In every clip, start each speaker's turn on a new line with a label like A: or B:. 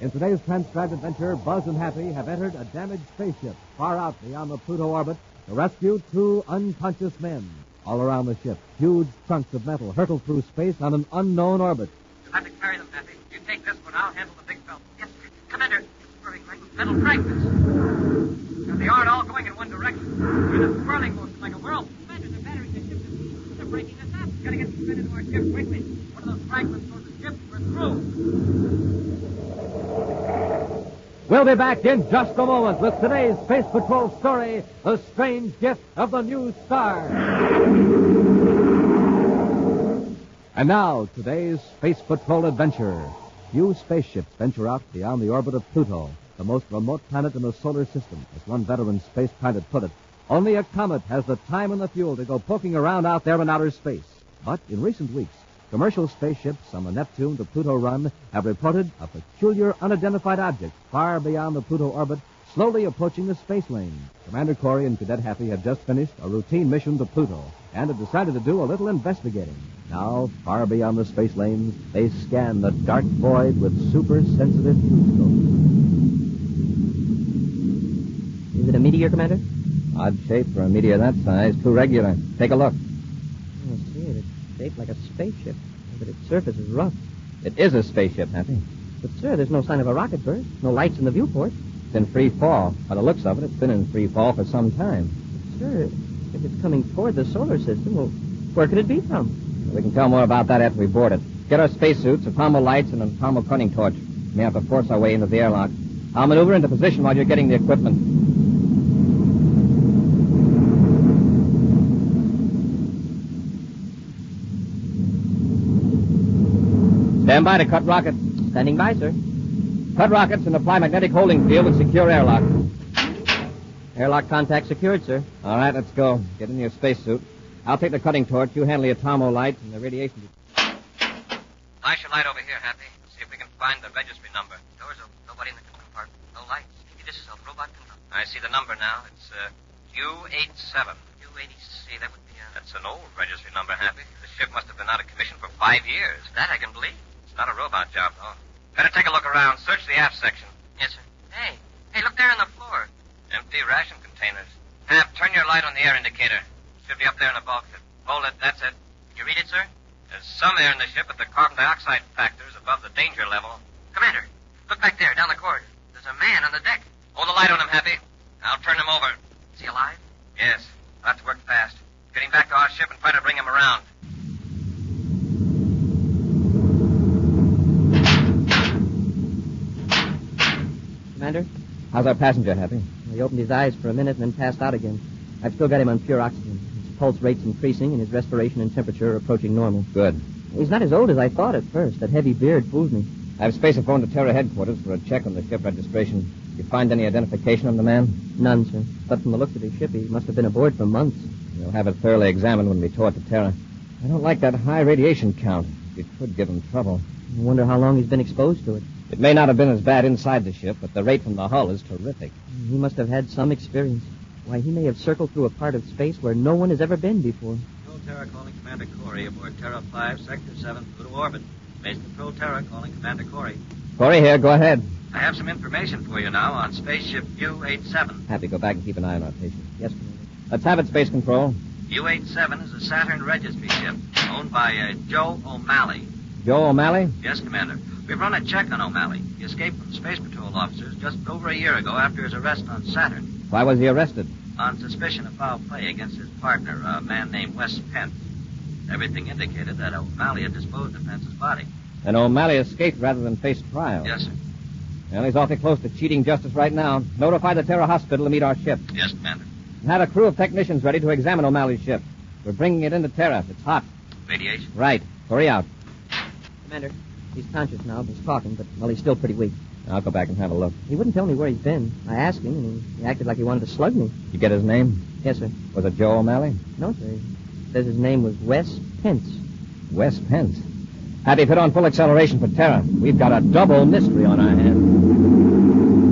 A: In today's transcribed adventure, Buzz and Happy have entered a damaged spaceship far out beyond the Pluto orbit to rescue two unconscious men. All around the ship, huge chunks of metal hurtle through space on an unknown orbit.
B: You'll have to carry them, Pappy. You take this one. I'll handle the big fellow. Yes, Commander. It's whirling like little fragments. Now, they aren't all going in one direction. They're just swirling motion like a whirl. Commander, they're battering the ship to pieces. They're breaking us up. Gotta get these men into our ship quickly. One of those fragments goes to the ship. We're through.
A: We'll be back in just a moment with today's Space Patrol story, The Strange Gift of the New Star. And now, today's Space Patrol adventure. Few spaceships venture out beyond the orbit of Pluto, the most remote planet in the solar system, as one veteran space pilot put it. Only a comet has the time and the fuel to go poking around out there in outer space. But in recent weeks, Commercial spaceships on the Neptune to Pluto run have reported a peculiar unidentified object far beyond the Pluto orbit slowly approaching the space lane. Commander Corey and Cadet Happy have just finished a routine mission to Pluto and have decided to do a little investigating. Now, far beyond the space lanes, they scan the dark void with super sensitive telescopes.
B: Is it a meteor, Commander?
A: Odd shape for a meteor that size, too regular. Take a look.
B: I see it. Oh, It's shaped like a spaceship, but its surface is rough.
A: It is a spaceship, Happy.
B: But, sir, there's no sign of a rocket burst, no lights in the viewport.
A: It's in free fall. By the looks of it, it's been in free fall for some time.
B: Sir, if it's coming toward the solar system, well, where could it be from?
A: We can tell more about that after we board it. Get our spacesuits, a pommel lights, and a pommel cunning torch. We may have to force our way into the airlock. I'll maneuver into position while you're getting the equipment. Stand by to cut rockets.
B: Standing by, sir.
A: Cut rockets and apply magnetic holding field and secure airlock.
B: Airlock contact secured, sir.
A: All right, let's go. Get in your spacesuit. I'll take the cutting torch. You handle your tomo light and the radiation.
B: Flash a light over here, Happy. See if we can find the registry number. Doors open. Nobody in the control compartment. No lights. Maybe this is a robot control. I see the number now. It's uh, U87. U80C. That would be uh, a... That's an old registry number, Happy. The ship must have been out of commission for five years. That I can believe. It's not a robot job, though. Better take a look around. Search the aft section. Yes, sir. Hey. Hey, look there on the floor. Empty ration containers. Hap, turn your light on the air indicator. Should be up there in the bulkhead. Hold it. That's it. You read it, sir? There's some air in the ship, but the carbon dioxide factor is above the danger level. Commander, look back there, down the corridor. There's a man on the deck. Hold the light on him, Happy. I'll turn him over. Is he alive? Yes. I'll have to work fast. Get him back to our ship and try to bring him around. Commander,
A: How's our passenger, Happy?
B: he opened his eyes for a minute and then passed out again. I've still got him on pure oxygen. His pulse rate's increasing, and his respiration and temperature are approaching normal.
A: Good.
B: He's not as old as I thought at first. That heavy beard fooled me.
A: I've spaceophoned to Terra headquarters for a check on the ship registration. You find any identification on the man?
B: None, sir. But from the looks of his ship, he must have been aboard for months.
A: We'll have it thoroughly examined when we tow it to Terra. I don't like that high radiation count. It could give him trouble.
B: I wonder how long he's been exposed to it.
A: It may not have been as bad inside the ship, but the rate from the hull is terrific.
B: He must have had some experience. Why, he may have circled through a part of space where no one has ever been before.
C: Terra calling Commander Corey aboard Terra 5, Sector 7, Pluto orbit. Base Patrol Terra calling Commander Corey.
A: Corey here, go ahead.
C: I have some information for you now on spaceship U-87.
A: Happy, go back and keep an eye on our patient.
B: Yes, Commander.
A: Let's have it, Space Control.
C: U-87 is a Saturn registry ship owned by uh, Joe O'Malley.
A: Joe O'Malley?
C: Yes, Commander. We've run a check on O'Malley. He escaped from Space Patrol officers just over a year ago after his arrest on Saturn
A: Why was he arrested?
C: on suspicion of foul play against his partner, a man named Wes Pence. Everything indicated that O'Malley had disposed of Pence's body.
A: And O'Malley escaped rather than face trial.
C: Yes, sir.
A: Well, he's awfully close to cheating justice right now. Notify the Terra Hospital to meet our ship.
C: Yes, Commander.
A: And have a crew of technicians ready to examine O'Malley's ship. We're bringing it into Terra. It's hot.
C: Radiation.
A: Right. Hurry out.
B: Commander, he's conscious now. He's talking, but, well, he's still pretty weak.
A: I'll go back and have a look.
B: He wouldn't tell me where he'd been. I asked him, and he- he acted like he wanted to slug me.
A: You get his name?
B: Yes, sir.
A: Was it Joe O'Malley?
B: No, sir. He says his name was Wes Pence.
A: Wes Pence. Happy put on full acceleration for Terra. We've got a double mystery on our hands.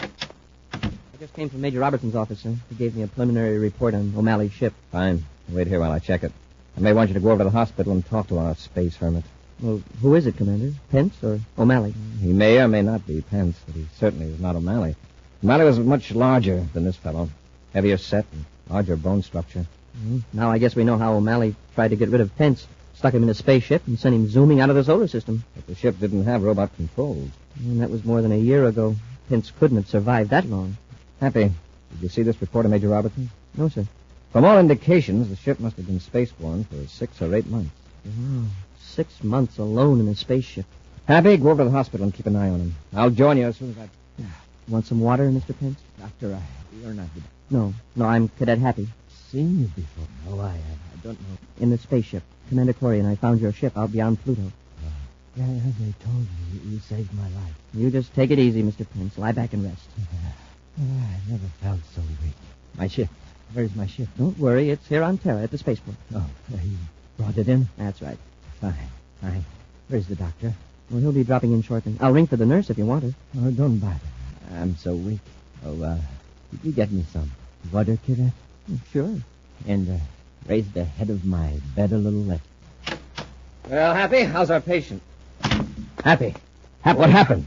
B: I just came from Major Robertson's office, sir. He gave me a preliminary report on O'Malley's ship.
A: Fine. Wait here while I check it. I may want you to go over to the hospital and talk to our space hermit.
D: Well, who is it, Commander? Pence or O'Malley?
E: He may or may not be Pence, but he certainly was not O'Malley. O'Malley was much larger than this fellow. Heavier set and larger bone structure.
A: Mm-hmm.
D: Well, Now I guess we know how O'Malley tried to get rid of Pence. Stuck him in a spaceship and sent him zooming out of the solar system.
E: But the ship didn't have robot controls.
D: And that was more than a year ago. Pence couldn't have survived that long.
E: Happy, did you see this report of Major Robertson?
D: No, sir.
E: From all indications, the ship must have been spaceborne for six or eight months.
A: Mm-hmm.
D: Wow. Six months alone in a spaceship.
E: Happy, go over to the hospital and keep an eye on him. I'll join you as soon as I...
D: Want some water, Mr. Pence?
A: Doctor, I, you're not
D: No. No, I'm Cadet Happy.
A: seen you before. No, I, I don't know.
D: In the spaceship. Commander Corey and I found your ship out beyond Pluto.
A: Yeah, as I told you, you saved my life.
D: You just take it easy, Mr. Pence. Lie back and rest.
A: Ah, I never felt so weak. My ship. Where's my ship?
D: Don't worry. It's here on Terra at the spaceport.
A: Oh, you brought it in?
D: That's right.
A: Fine, fine. Where's the doctor?
F: Oh,
D: Well, he'll be dropping in shortly. I'll ring for the nurse if you want her.
A: Oh, don't bother. I'm so weak. Oh, uh, could you get me some water, Cadet?
F: Hmm,
D: Sure.
A: And uh, raise the head of my bed a little left.
E: Well, Happy, how's our patient? Happy. Happy, what happened?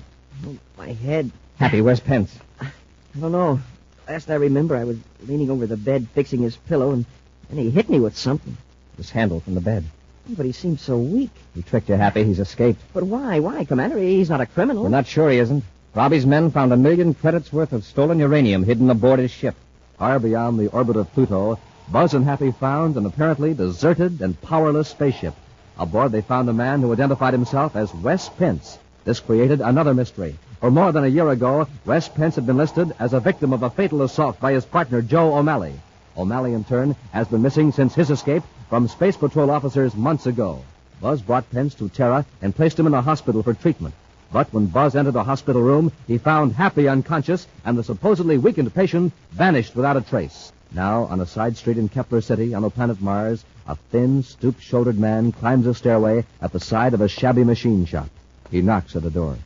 D: My head.
E: Happy, where's Pence?
D: I don't know. Last I remember, I was leaning over the bed fixing his pillow, and then he hit me with something.
E: It was handled from the bed.
D: But he seemed so weak.
E: He tricked you, Happy. He's escaped.
D: But why? Why, Commander? He's not a criminal.
E: We're not sure he isn't. Robbie's men found a million credits worth of stolen uranium hidden aboard his ship.
A: Far beyond the orbit of Pluto, Buzz and Happy found an apparently deserted and powerless spaceship. Aboard, they found a man who identified himself as Wes Pence. This created another mystery. For more than a year ago, Wes Pence had been listed as a victim of a fatal assault by his partner, Joe O'Malley. O'Malley, in turn, has been missing since his escape from Space Patrol officers months ago. Buzz brought Pence to Terra and placed him in a hospital for treatment. But when Buzz entered the hospital room, he found Happy unconscious, and the supposedly weakened patient vanished without a trace. Now, on a side street in Kepler City, on the planet Mars, a thin, stoop shouldered man climbs a stairway at the side of a shabby machine shop. He knocks at a door.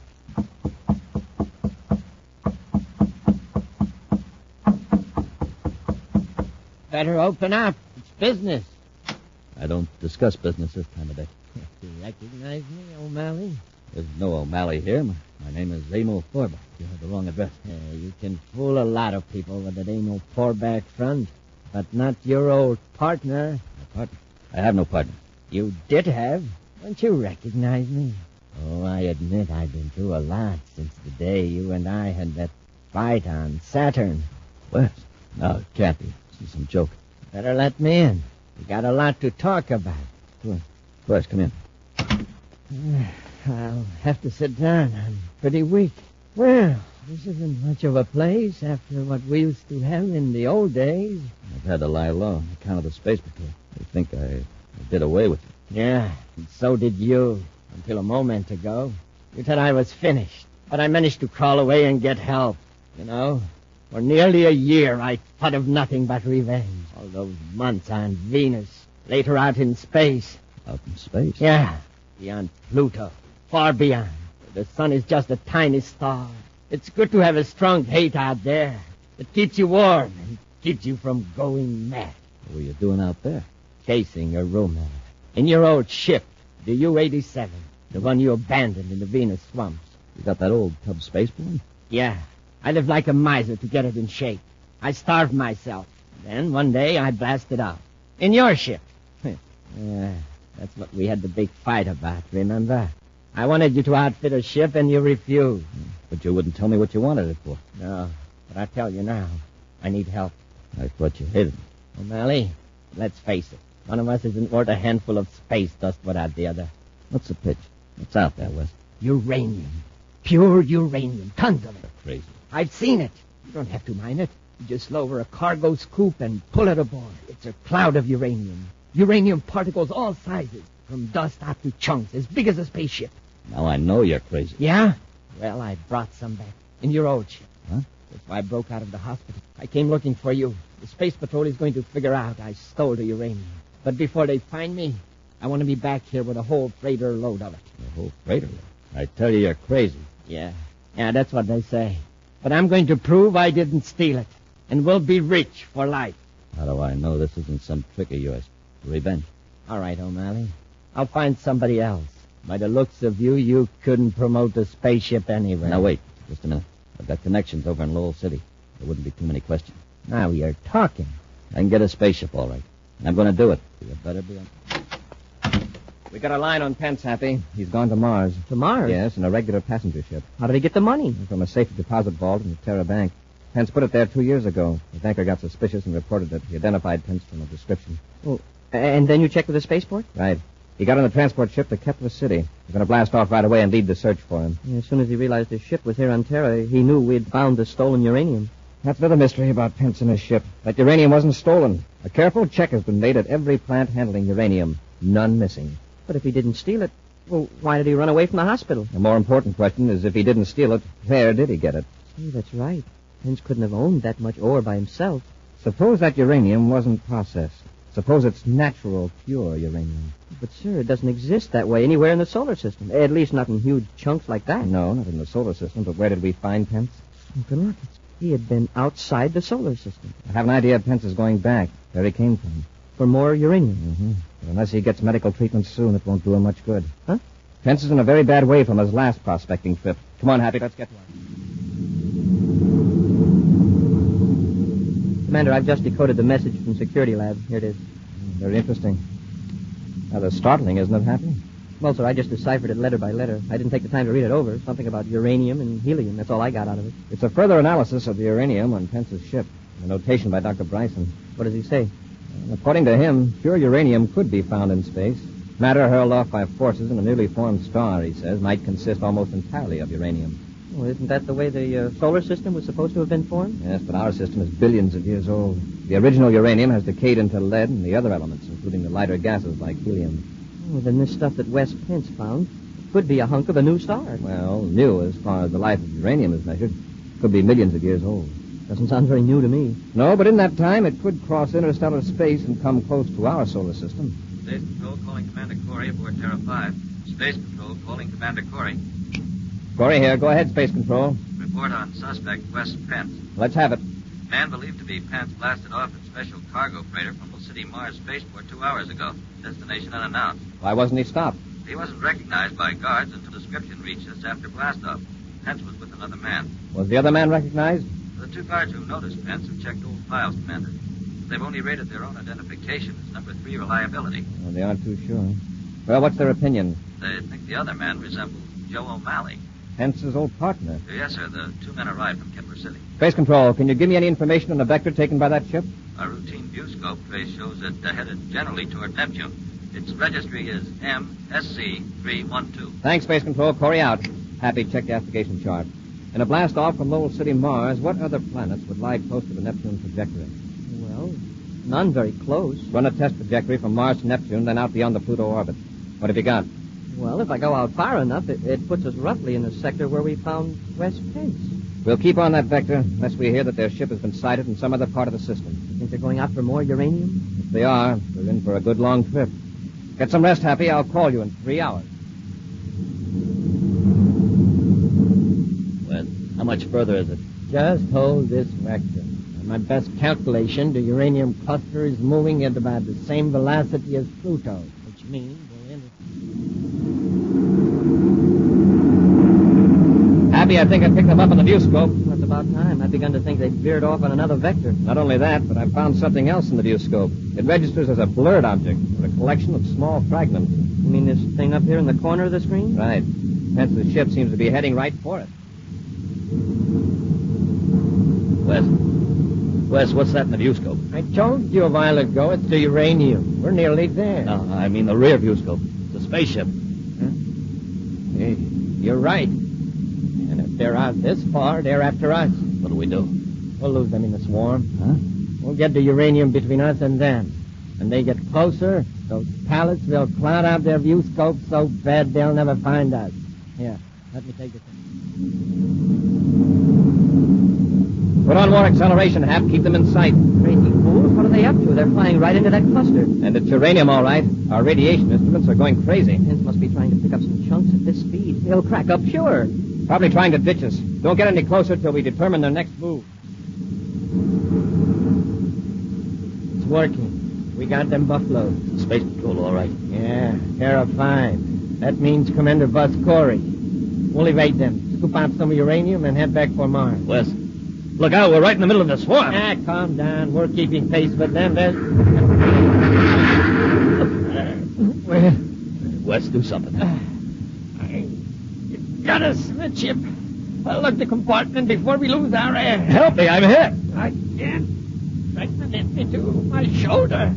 F: Better open up. It's business.
A: I don't discuss business this time of day.
F: Do you recognize me, O'Malley?
A: There's no O'Malley here. My, my name is Amo Forba. You have the wrong address.
F: Uh, you can fool a lot of people with it ain't no four-back front, but not your old partner.
A: I have no partner.
F: You did have. Don't you recognize me? Oh, I admit I've been through a lot since the day you and I had that fight on Saturn.
A: Wes? No, it can't be. This is some joke.
F: Better let me in. We got a lot to talk about.
A: Wes, come in.
F: I'll have to sit down. I'm pretty weak. Well, this isn't much of a place after what we used to have in the old days.
A: I've had to lie low on account of the space patrol. They think I, I did away with it.
F: Yeah, and so did you until a moment ago. You thought I was finished, but I managed to crawl away and get help. You know, for nearly a year I thought of nothing but revenge. All those months on Venus, later out in space.
A: Out in space.
F: Yeah, beyond Pluto, far beyond. The sun is just a tiny star. It's good to have a strong hate out there. It keeps you warm and keeps you from going mad.
A: What were you doing out there?
F: Chasing your roommate in your old ship, the U-87, the one you abandoned in the Venus swamps.
A: You got that old tub spaceborne?
F: Yeah, I lived like a miser to get it in shape. I starved myself. Then one day I blasted out in your ship. yeah, that's what we had the big fight about. Remember? I wanted you to outfit a ship and you refused.
A: But you wouldn't tell me what you wanted it for.
F: No, but I tell you now, I need help.
A: I thought you hated me.
F: O'Malley, let's face it. One of us isn't worth a handful of space dust without the other.
A: What's the pitch? What's out there, Wes?
F: Uranium. Pure uranium. Tons of it.
A: Crazy.
F: I've seen it. You don't have to mine it. You just lower a cargo scoop and pull it aboard. It's a cloud of uranium. Uranium particles all sizes, from dust up to chunks, as big as a spaceship.
A: Now I know you're crazy.
F: Yeah? Well, I brought some back in your old ship.
A: Huh?
F: That's why I broke out of the hospital. I came looking for you. The space patrol is going to figure out I stole the uranium. But before they find me, I want to be back here with a whole freighter load of it.
A: The whole freighter. I tell you, you're crazy.
F: Yeah. Yeah, that's what they say. But I'm going to prove I didn't steal it. And we'll be rich for life.
A: How do I know this isn't some trick of yours? Revenge.
F: All right, O'Malley. I'll find somebody else.
G: By the looks of you, you couldn't promote a spaceship anywhere.
A: Now, wait. Just a minute. I've got connections over in Lowell City. There wouldn't be too many questions.
G: Now you're talking.
A: I can get a spaceship, all right. And I'm going to do it. You better be on. We got a line on Pence, Happy. He's gone to Mars.
F: To Mars?
A: Yes, in a regular passenger ship.
F: How did he get the money?
A: From a safe deposit vault in the Terra Bank. Pence put it there two years ago. The banker got suspicious and reported that he identified Pence from a description.
F: And then you checked with the spaceport?
A: Right. He got on a transport ship to Kepler City. We're going to blast off right away and lead the search for him.
F: As soon as he realized his ship was here on Terra, he knew we'd found the stolen uranium.
A: That's another mystery about Pence and his ship. That uranium wasn't stolen. A careful check has been made at every plant handling uranium. None missing.
F: But if he didn't steal it, well, why did he run away from the hospital?
A: The more important question is if he didn't steal it, where did he get it?
F: Gee, Oh, that's right. Pence couldn't have owned that much ore by himself.
A: Suppose that uranium wasn't processed. Suppose it's natural, pure uranium.
F: But, sir, it doesn't exist that way anywhere in the solar system. At least not in huge chunks like that. Oh,
A: No, not in the solar system, but where did we find Pence?
F: Good luck. He had been outside the solar system
A: I have an idea Pence is going back, where he came from.
F: for more uranium.
A: Mm-hmm. But unless he gets medical treatment soon, it won't do him much good.
F: Huh?
A: Pence is in a very bad way from his last prospecting trip. Come on, Happy, let's get to him.
F: Commander, I've just decoded the message from Security Lab. Here it is.
A: Very interesting. Rather startling, isn't it, Happy?
F: Well, sir, I just deciphered it letter by letter. I didn't take the time to read it over. Something about uranium and helium. That's all I got out of it.
A: It's a further analysis of the uranium on Pence's ship. A notation by Dr. Bryson.
F: What does he say?
A: And Uh, according to him, pure uranium could be found in space. Matter hurled off by forces in a newly formed star, he says, might consist almost entirely of uranium.
F: Well, isn't that the way the uh, solar system was supposed to have been formed?
A: Yes, but our system is billions of years old. The original uranium has decayed into lead and the other elements, including the lighter gases like helium.
F: Well, then this stuff that Wes Pence found could be a hunk of a new star.
A: Well, new as far as the life of uranium is measured. Could be millions of years old.
F: Doesn't sound very new to me.
A: No, but in that time, it could cross interstellar space and come close to our solar system.
C: Space Patrol calling Commander Corey aboard Terra 5. Space Patrol calling Commander Corey.
A: Corey here. Go ahead, Space Control.
C: Report on suspect Wes Pence.
A: Let's have it.
C: Man believed to be Pence blasted off in special cargo freighter from Little City Mars spaceport two hours ago. Destination unannounced.
A: Why wasn't he stopped?
C: He wasn't recognized by guards until description reached us after blastoff. Pence was with another man.
A: Was the other man recognized?
C: The two guards who noticed Pence have checked old files, Commander. They've only rated their own identification as number three reliability.
A: Well, they aren't too sure. Well, what's their opinion?
C: They think the other man resembles Joe O'Malley.
A: Pence's old partner.
C: Yes, sir. The two men arrived from Kepler City.
A: Space Control, can you give me any information on the vector taken by that ship?
C: A routine view scope trace shows it uh, headed generally toward Neptune. Its registry is MSC312.
A: Thanks, Space Control. Corey out. Happy, check the application chart. In a blast off from Lowell City, Mars, what other planets would lie close to the Neptune trajectory?
F: Well, none very close.
A: Run a test trajectory from Mars to Neptune, then out beyond the Pluto orbit. What have you got?
F: Well, if I go out far enough, it, it puts us roughly in the sector where we found Wes Pence.
A: We'll keep on that vector unless we hear that their ship has been sighted in some other part of the system.
F: You think they're going out for more uranium?
A: If they are, we're in for a good long trip. Get some rest, Happy. I'll call you in three hours.
G: Well, how much further is it? Just hold this vector. By my best calculation, the uranium cluster is moving at about the same velocity as Pluto, which means we're in
A: Happy, I think I picked them up on the view scope.
F: Well, it's about time. I've begun to think they veered off on another vector.
A: Not only that, but I found something else in the view scope. It registers as a blurred object or a collection of small fragments.
F: You mean this thing up here in the corner of the screen?
A: Right. Pence's ship seems to be heading right for it.
C: Wes. Wes, what's that in the view scope?
G: I told you a while ago it's the uranium. We're nearly there.
C: No, I mean the rear view scope. It's a spaceship.
G: Hey, you're right. And if they're out this far, they're after us.
C: What do we do?
G: We'll lose them in the swarm.
C: Huh?
G: We'll get the uranium between us and them. When they get closer, those pallets will cloud out their view scope so bad they'll never find us. Here, let me take the thing.
A: Put on more acceleration, Hap. Keep them in sight.
F: Crazy fools. What are they up to? They're flying right into that cluster.
A: And it's uranium, all right. Our radiation instruments are going crazy.
F: Pence must be trying to pick up some chunks at this speed. They'll crack up sure.
A: Probably trying to ditch us. Don't get any closer till we determine their next move.
G: It's working. We got them buffaloes.
C: Space patrol, all right.
G: Yeah, terrifying.
F: That means Commander Buzz Corey. We'll evade them, scoop out some uranium, and head back for Mars.
H: Wes, look out. We're right in the middle of the swamp.
F: Ah, calm down. We're keeping pace with them. There's... Well,
H: Wes, do something.
F: got us, the chip. Unlock the compartment before we lose our air.
H: Help me. I'm hit.
F: I can't. Fragment it into my shoulder.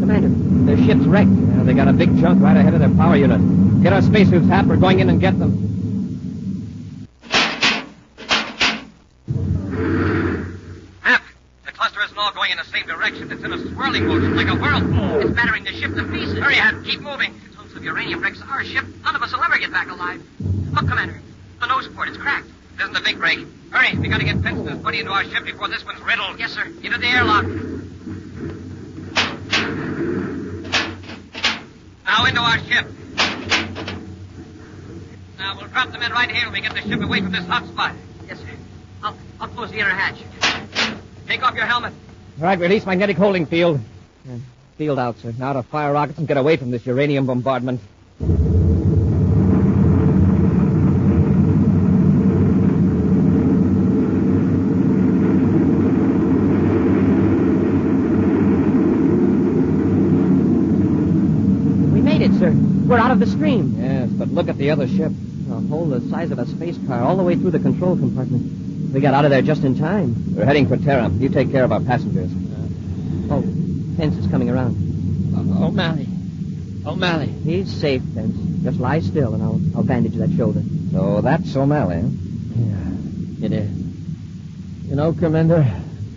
D: Commander,
E: Their ship's wrecked. Now, they got a big chunk right ahead of their power unit. Get our spacesuits, Hap. We're going in and get them.
B: Hap, the cluster isn't all going in the same direction. It's in a swirling motion like a whirlpool. It's battering the ship to pieces. Hurry, Hap, keep moving. Tons of uranium wrecks our ship. None of us will ever get back alive. Look, Commander, the nose port is cracked. It isn't a big break. Hurry, we gotta get Benson's buddy into our ship before this one's riddled. Yes, sir. Into the airlock. Now into our ship. Now we'll drop the men right here when we get the ship away from this hot spot. Yes, sir. I'll, I'll close the inner hatch. Take off your helmet.
E: All right, release magnetic holding field.
D: Hmm.
E: Uh, Field out, sir. Now to fire rockets and get away from this uranium bombardment.
D: we made it, sir. We're out of the stream.
E: Yes, but look at the other ship.
D: A hole the size of a space car all the way through the control compartment. We got out of there just in time.
E: We're heading for Terra. You take care of our passengers.
D: Oh, Pence is coming around.
F: O- O'Malley. O'Malley.
D: He's safe, Pence. Just lie still, and I'll, I'll bandage that shoulder.
E: So that's O'Malley. eh? huh?
F: Yeah, it is. You know, Commander,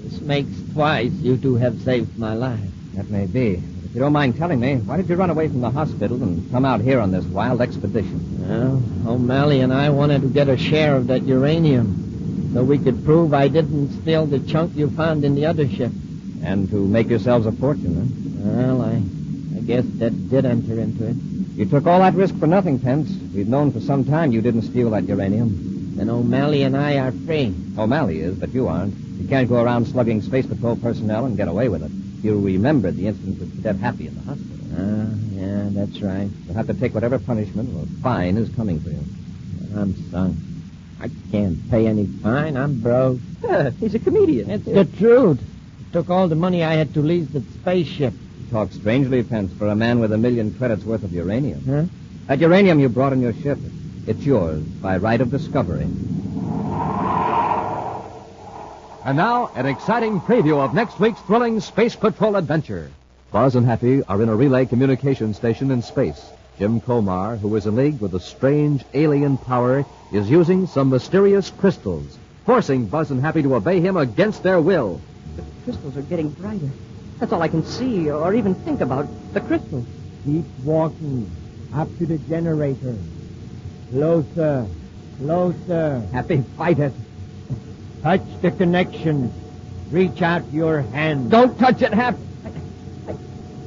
F: this makes twice you two have saved my life.
E: That may be. But If you don't mind telling me, why did you run away from the hospital and come out here on this wild expedition?
F: Well, O'Malley and I wanted to get a share of that uranium so we could prove I didn't steal the chunk you found in the other ship.
E: And to make yourselves a fortune,
F: Well, I, I guess that did enter into it.
E: huh? You took all that risk for nothing, Pence. We've known for some time you didn't steal that uranium.
F: Then O'Malley and I are free.
E: O'Malley is, but you aren't. You can't go around slugging Space Patrol personnel and get away with it. You remembered the incident with Cadet Happy in the hospital.
F: Ah, yeah, that's right.
E: You'll have to take whatever punishment or fine is coming for you.
F: I'm sunk. I can't pay any fine. I'm broke.
E: Ah,
D: He's a comedian.
F: It's the truth. It took all the money I had to lease the spaceship.
E: You talk strangely, Pence, for a man with a million credits worth of uranium.
F: Huh?
E: That uranium you brought in your ship, it's yours by right of discovery.
A: And now, an exciting preview of next week's thrilling Space Patrol adventure. Buzz and Happy are in a relay communication station in space. Jim Comar, who is in league with a strange alien power, is using some mysterious crystals, forcing Buzz and Happy to obey him against their will.
D: crystals are getting brighter. That's all I can see or even think about. The crystals.
F: Keep walking. Up to the generator. Closer. Closer.
E: Happy, fight it.
F: Touch the connection. Reach out your hand.
E: Don't touch it, Hap.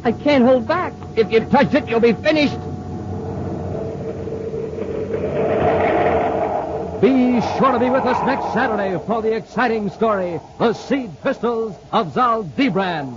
D: I can't hold back.
E: If you touch it, you'll be finished.
A: Be sure to be with us next Saturday for the exciting story, The Seed Crystals of Zaldibrand.